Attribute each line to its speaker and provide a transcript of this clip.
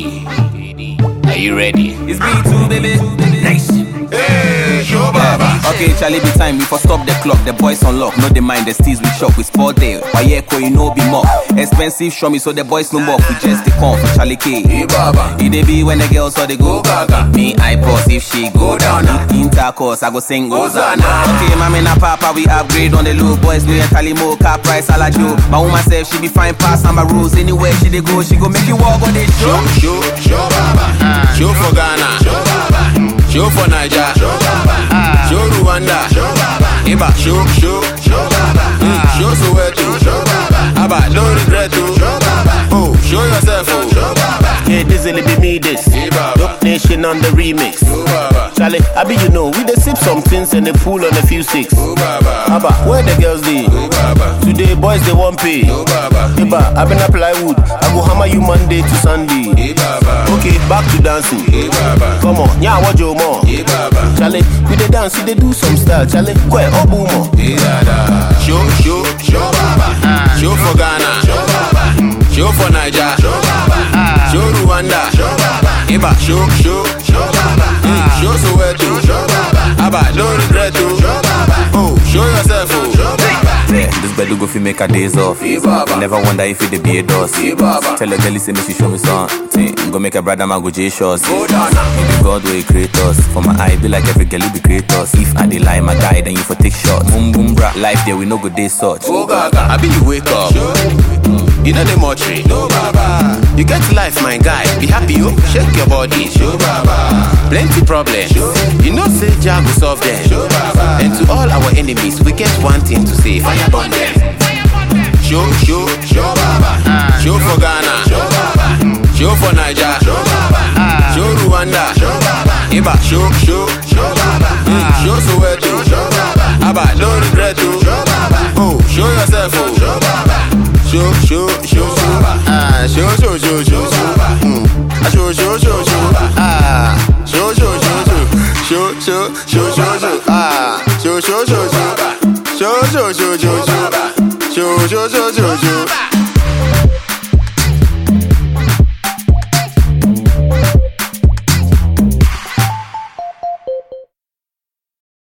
Speaker 1: KD, are you ready?
Speaker 2: It's B2, baby. Nice.
Speaker 3: Hey, show baba.
Speaker 2: Okay, Charlie, be time. We for stop the clock. The boys unlock. No, they mind. The steez we shop. We sport there. Why, yeah, you know, be more. Expensive, show me. So the boys no more. We just the con for Charlie K.
Speaker 3: Hey, baba.
Speaker 2: It they be when the girls saw the go
Speaker 3: Go gaga.
Speaker 2: Me, I pause if she go down.
Speaker 3: down.
Speaker 2: With intercourse, I go sing Hosanna.
Speaker 3: Hosanna.
Speaker 2: Okay, mommy and papa, we upgrade on the low. Boys, we entirely more. Car price, a la Joe. My woman said she be fine past number rules. Anywhere she they go, she go make you walk on the show.
Speaker 3: Show, show, show baba. Show for Ghana. Show baba. Show for Niger. Show baba. Show Rwanda. Show baba. Iba. Show, show, show baba. Show Mm. Soweto. Show baba. Aba, no regret to. Show baba. Oh, show yourself. Oh, show baba.
Speaker 4: Hey, Dizzily be me this.
Speaker 3: Hey, Baba.
Speaker 4: Dope Nation on the remix.
Speaker 3: Show baba.
Speaker 4: Charlie, I be you know, we dey sip some things and they fool on a few sticks.
Speaker 3: Oh, baba.
Speaker 4: Abba, where the girls dey?
Speaker 3: Oh, baba.
Speaker 4: Today, boys, they want pay.
Speaker 3: Oh, baba.
Speaker 4: Eba, I been apply wood. I go hammer you Monday to Sunday.
Speaker 3: Hey, baba.
Speaker 4: Okay, back to dancing.
Speaker 3: Hey, baba.
Speaker 4: Come on, yeah, what you more?
Speaker 3: Hey, baba.
Speaker 4: Charlie, we dey dance, we dey do some style. Charlie, oh, kwe, obu more.
Speaker 3: Hey, dada. Show, show, show baba. Show for Ghana. Show baba. Show for Niger. Show baba. Show Rwanda. Show baba. Iba. Show, show, show baba. Show Soweto. Show baba. Aba, no regret to. Show baba. Oh, show yourself. Oh. Show baba.
Speaker 2: This better go fi make her days off.
Speaker 3: Ibaba.
Speaker 2: Never wonder if it dey be a dust.
Speaker 3: Ibaba.
Speaker 2: Tell her girl say make she show me something. Go make her brother man go J shots.
Speaker 3: Go down.
Speaker 2: May the God will create us. For my eye be like every girl who be creators. If I dey lie my guy, then you for take shots. Boom boom bra, life there we no go day such.
Speaker 3: Oh, Gaga. I be you wake up. You know the mortuary. No, Oh, baba. You get life, my guy. Be happy, yo. Shake your body. Show, Oh, baba. Plenty problems. You know, say Jah will solve them. Show, baba. And to all our enemies, we get one thing to say. Fire upon them. Show, show, show, baba. Ah, Show for Ghana. Show, baba. Show for Niger. Show, baba. Show Rwanda. Show, baba. Iba. Show, show, show, baba. Show Soweto. Show, baba. Aba, no regret to. Show, baba. Oh, show yourself. Oh, show, baba. Show, show, show, show, ah, show, show, show, show, show, mm. Ah, show, show, show, show, ah, show, show, show, show, show, show, show, show, show, ah, show, show, show, show, show, show, show, show, show, show, show, show, show, show, show.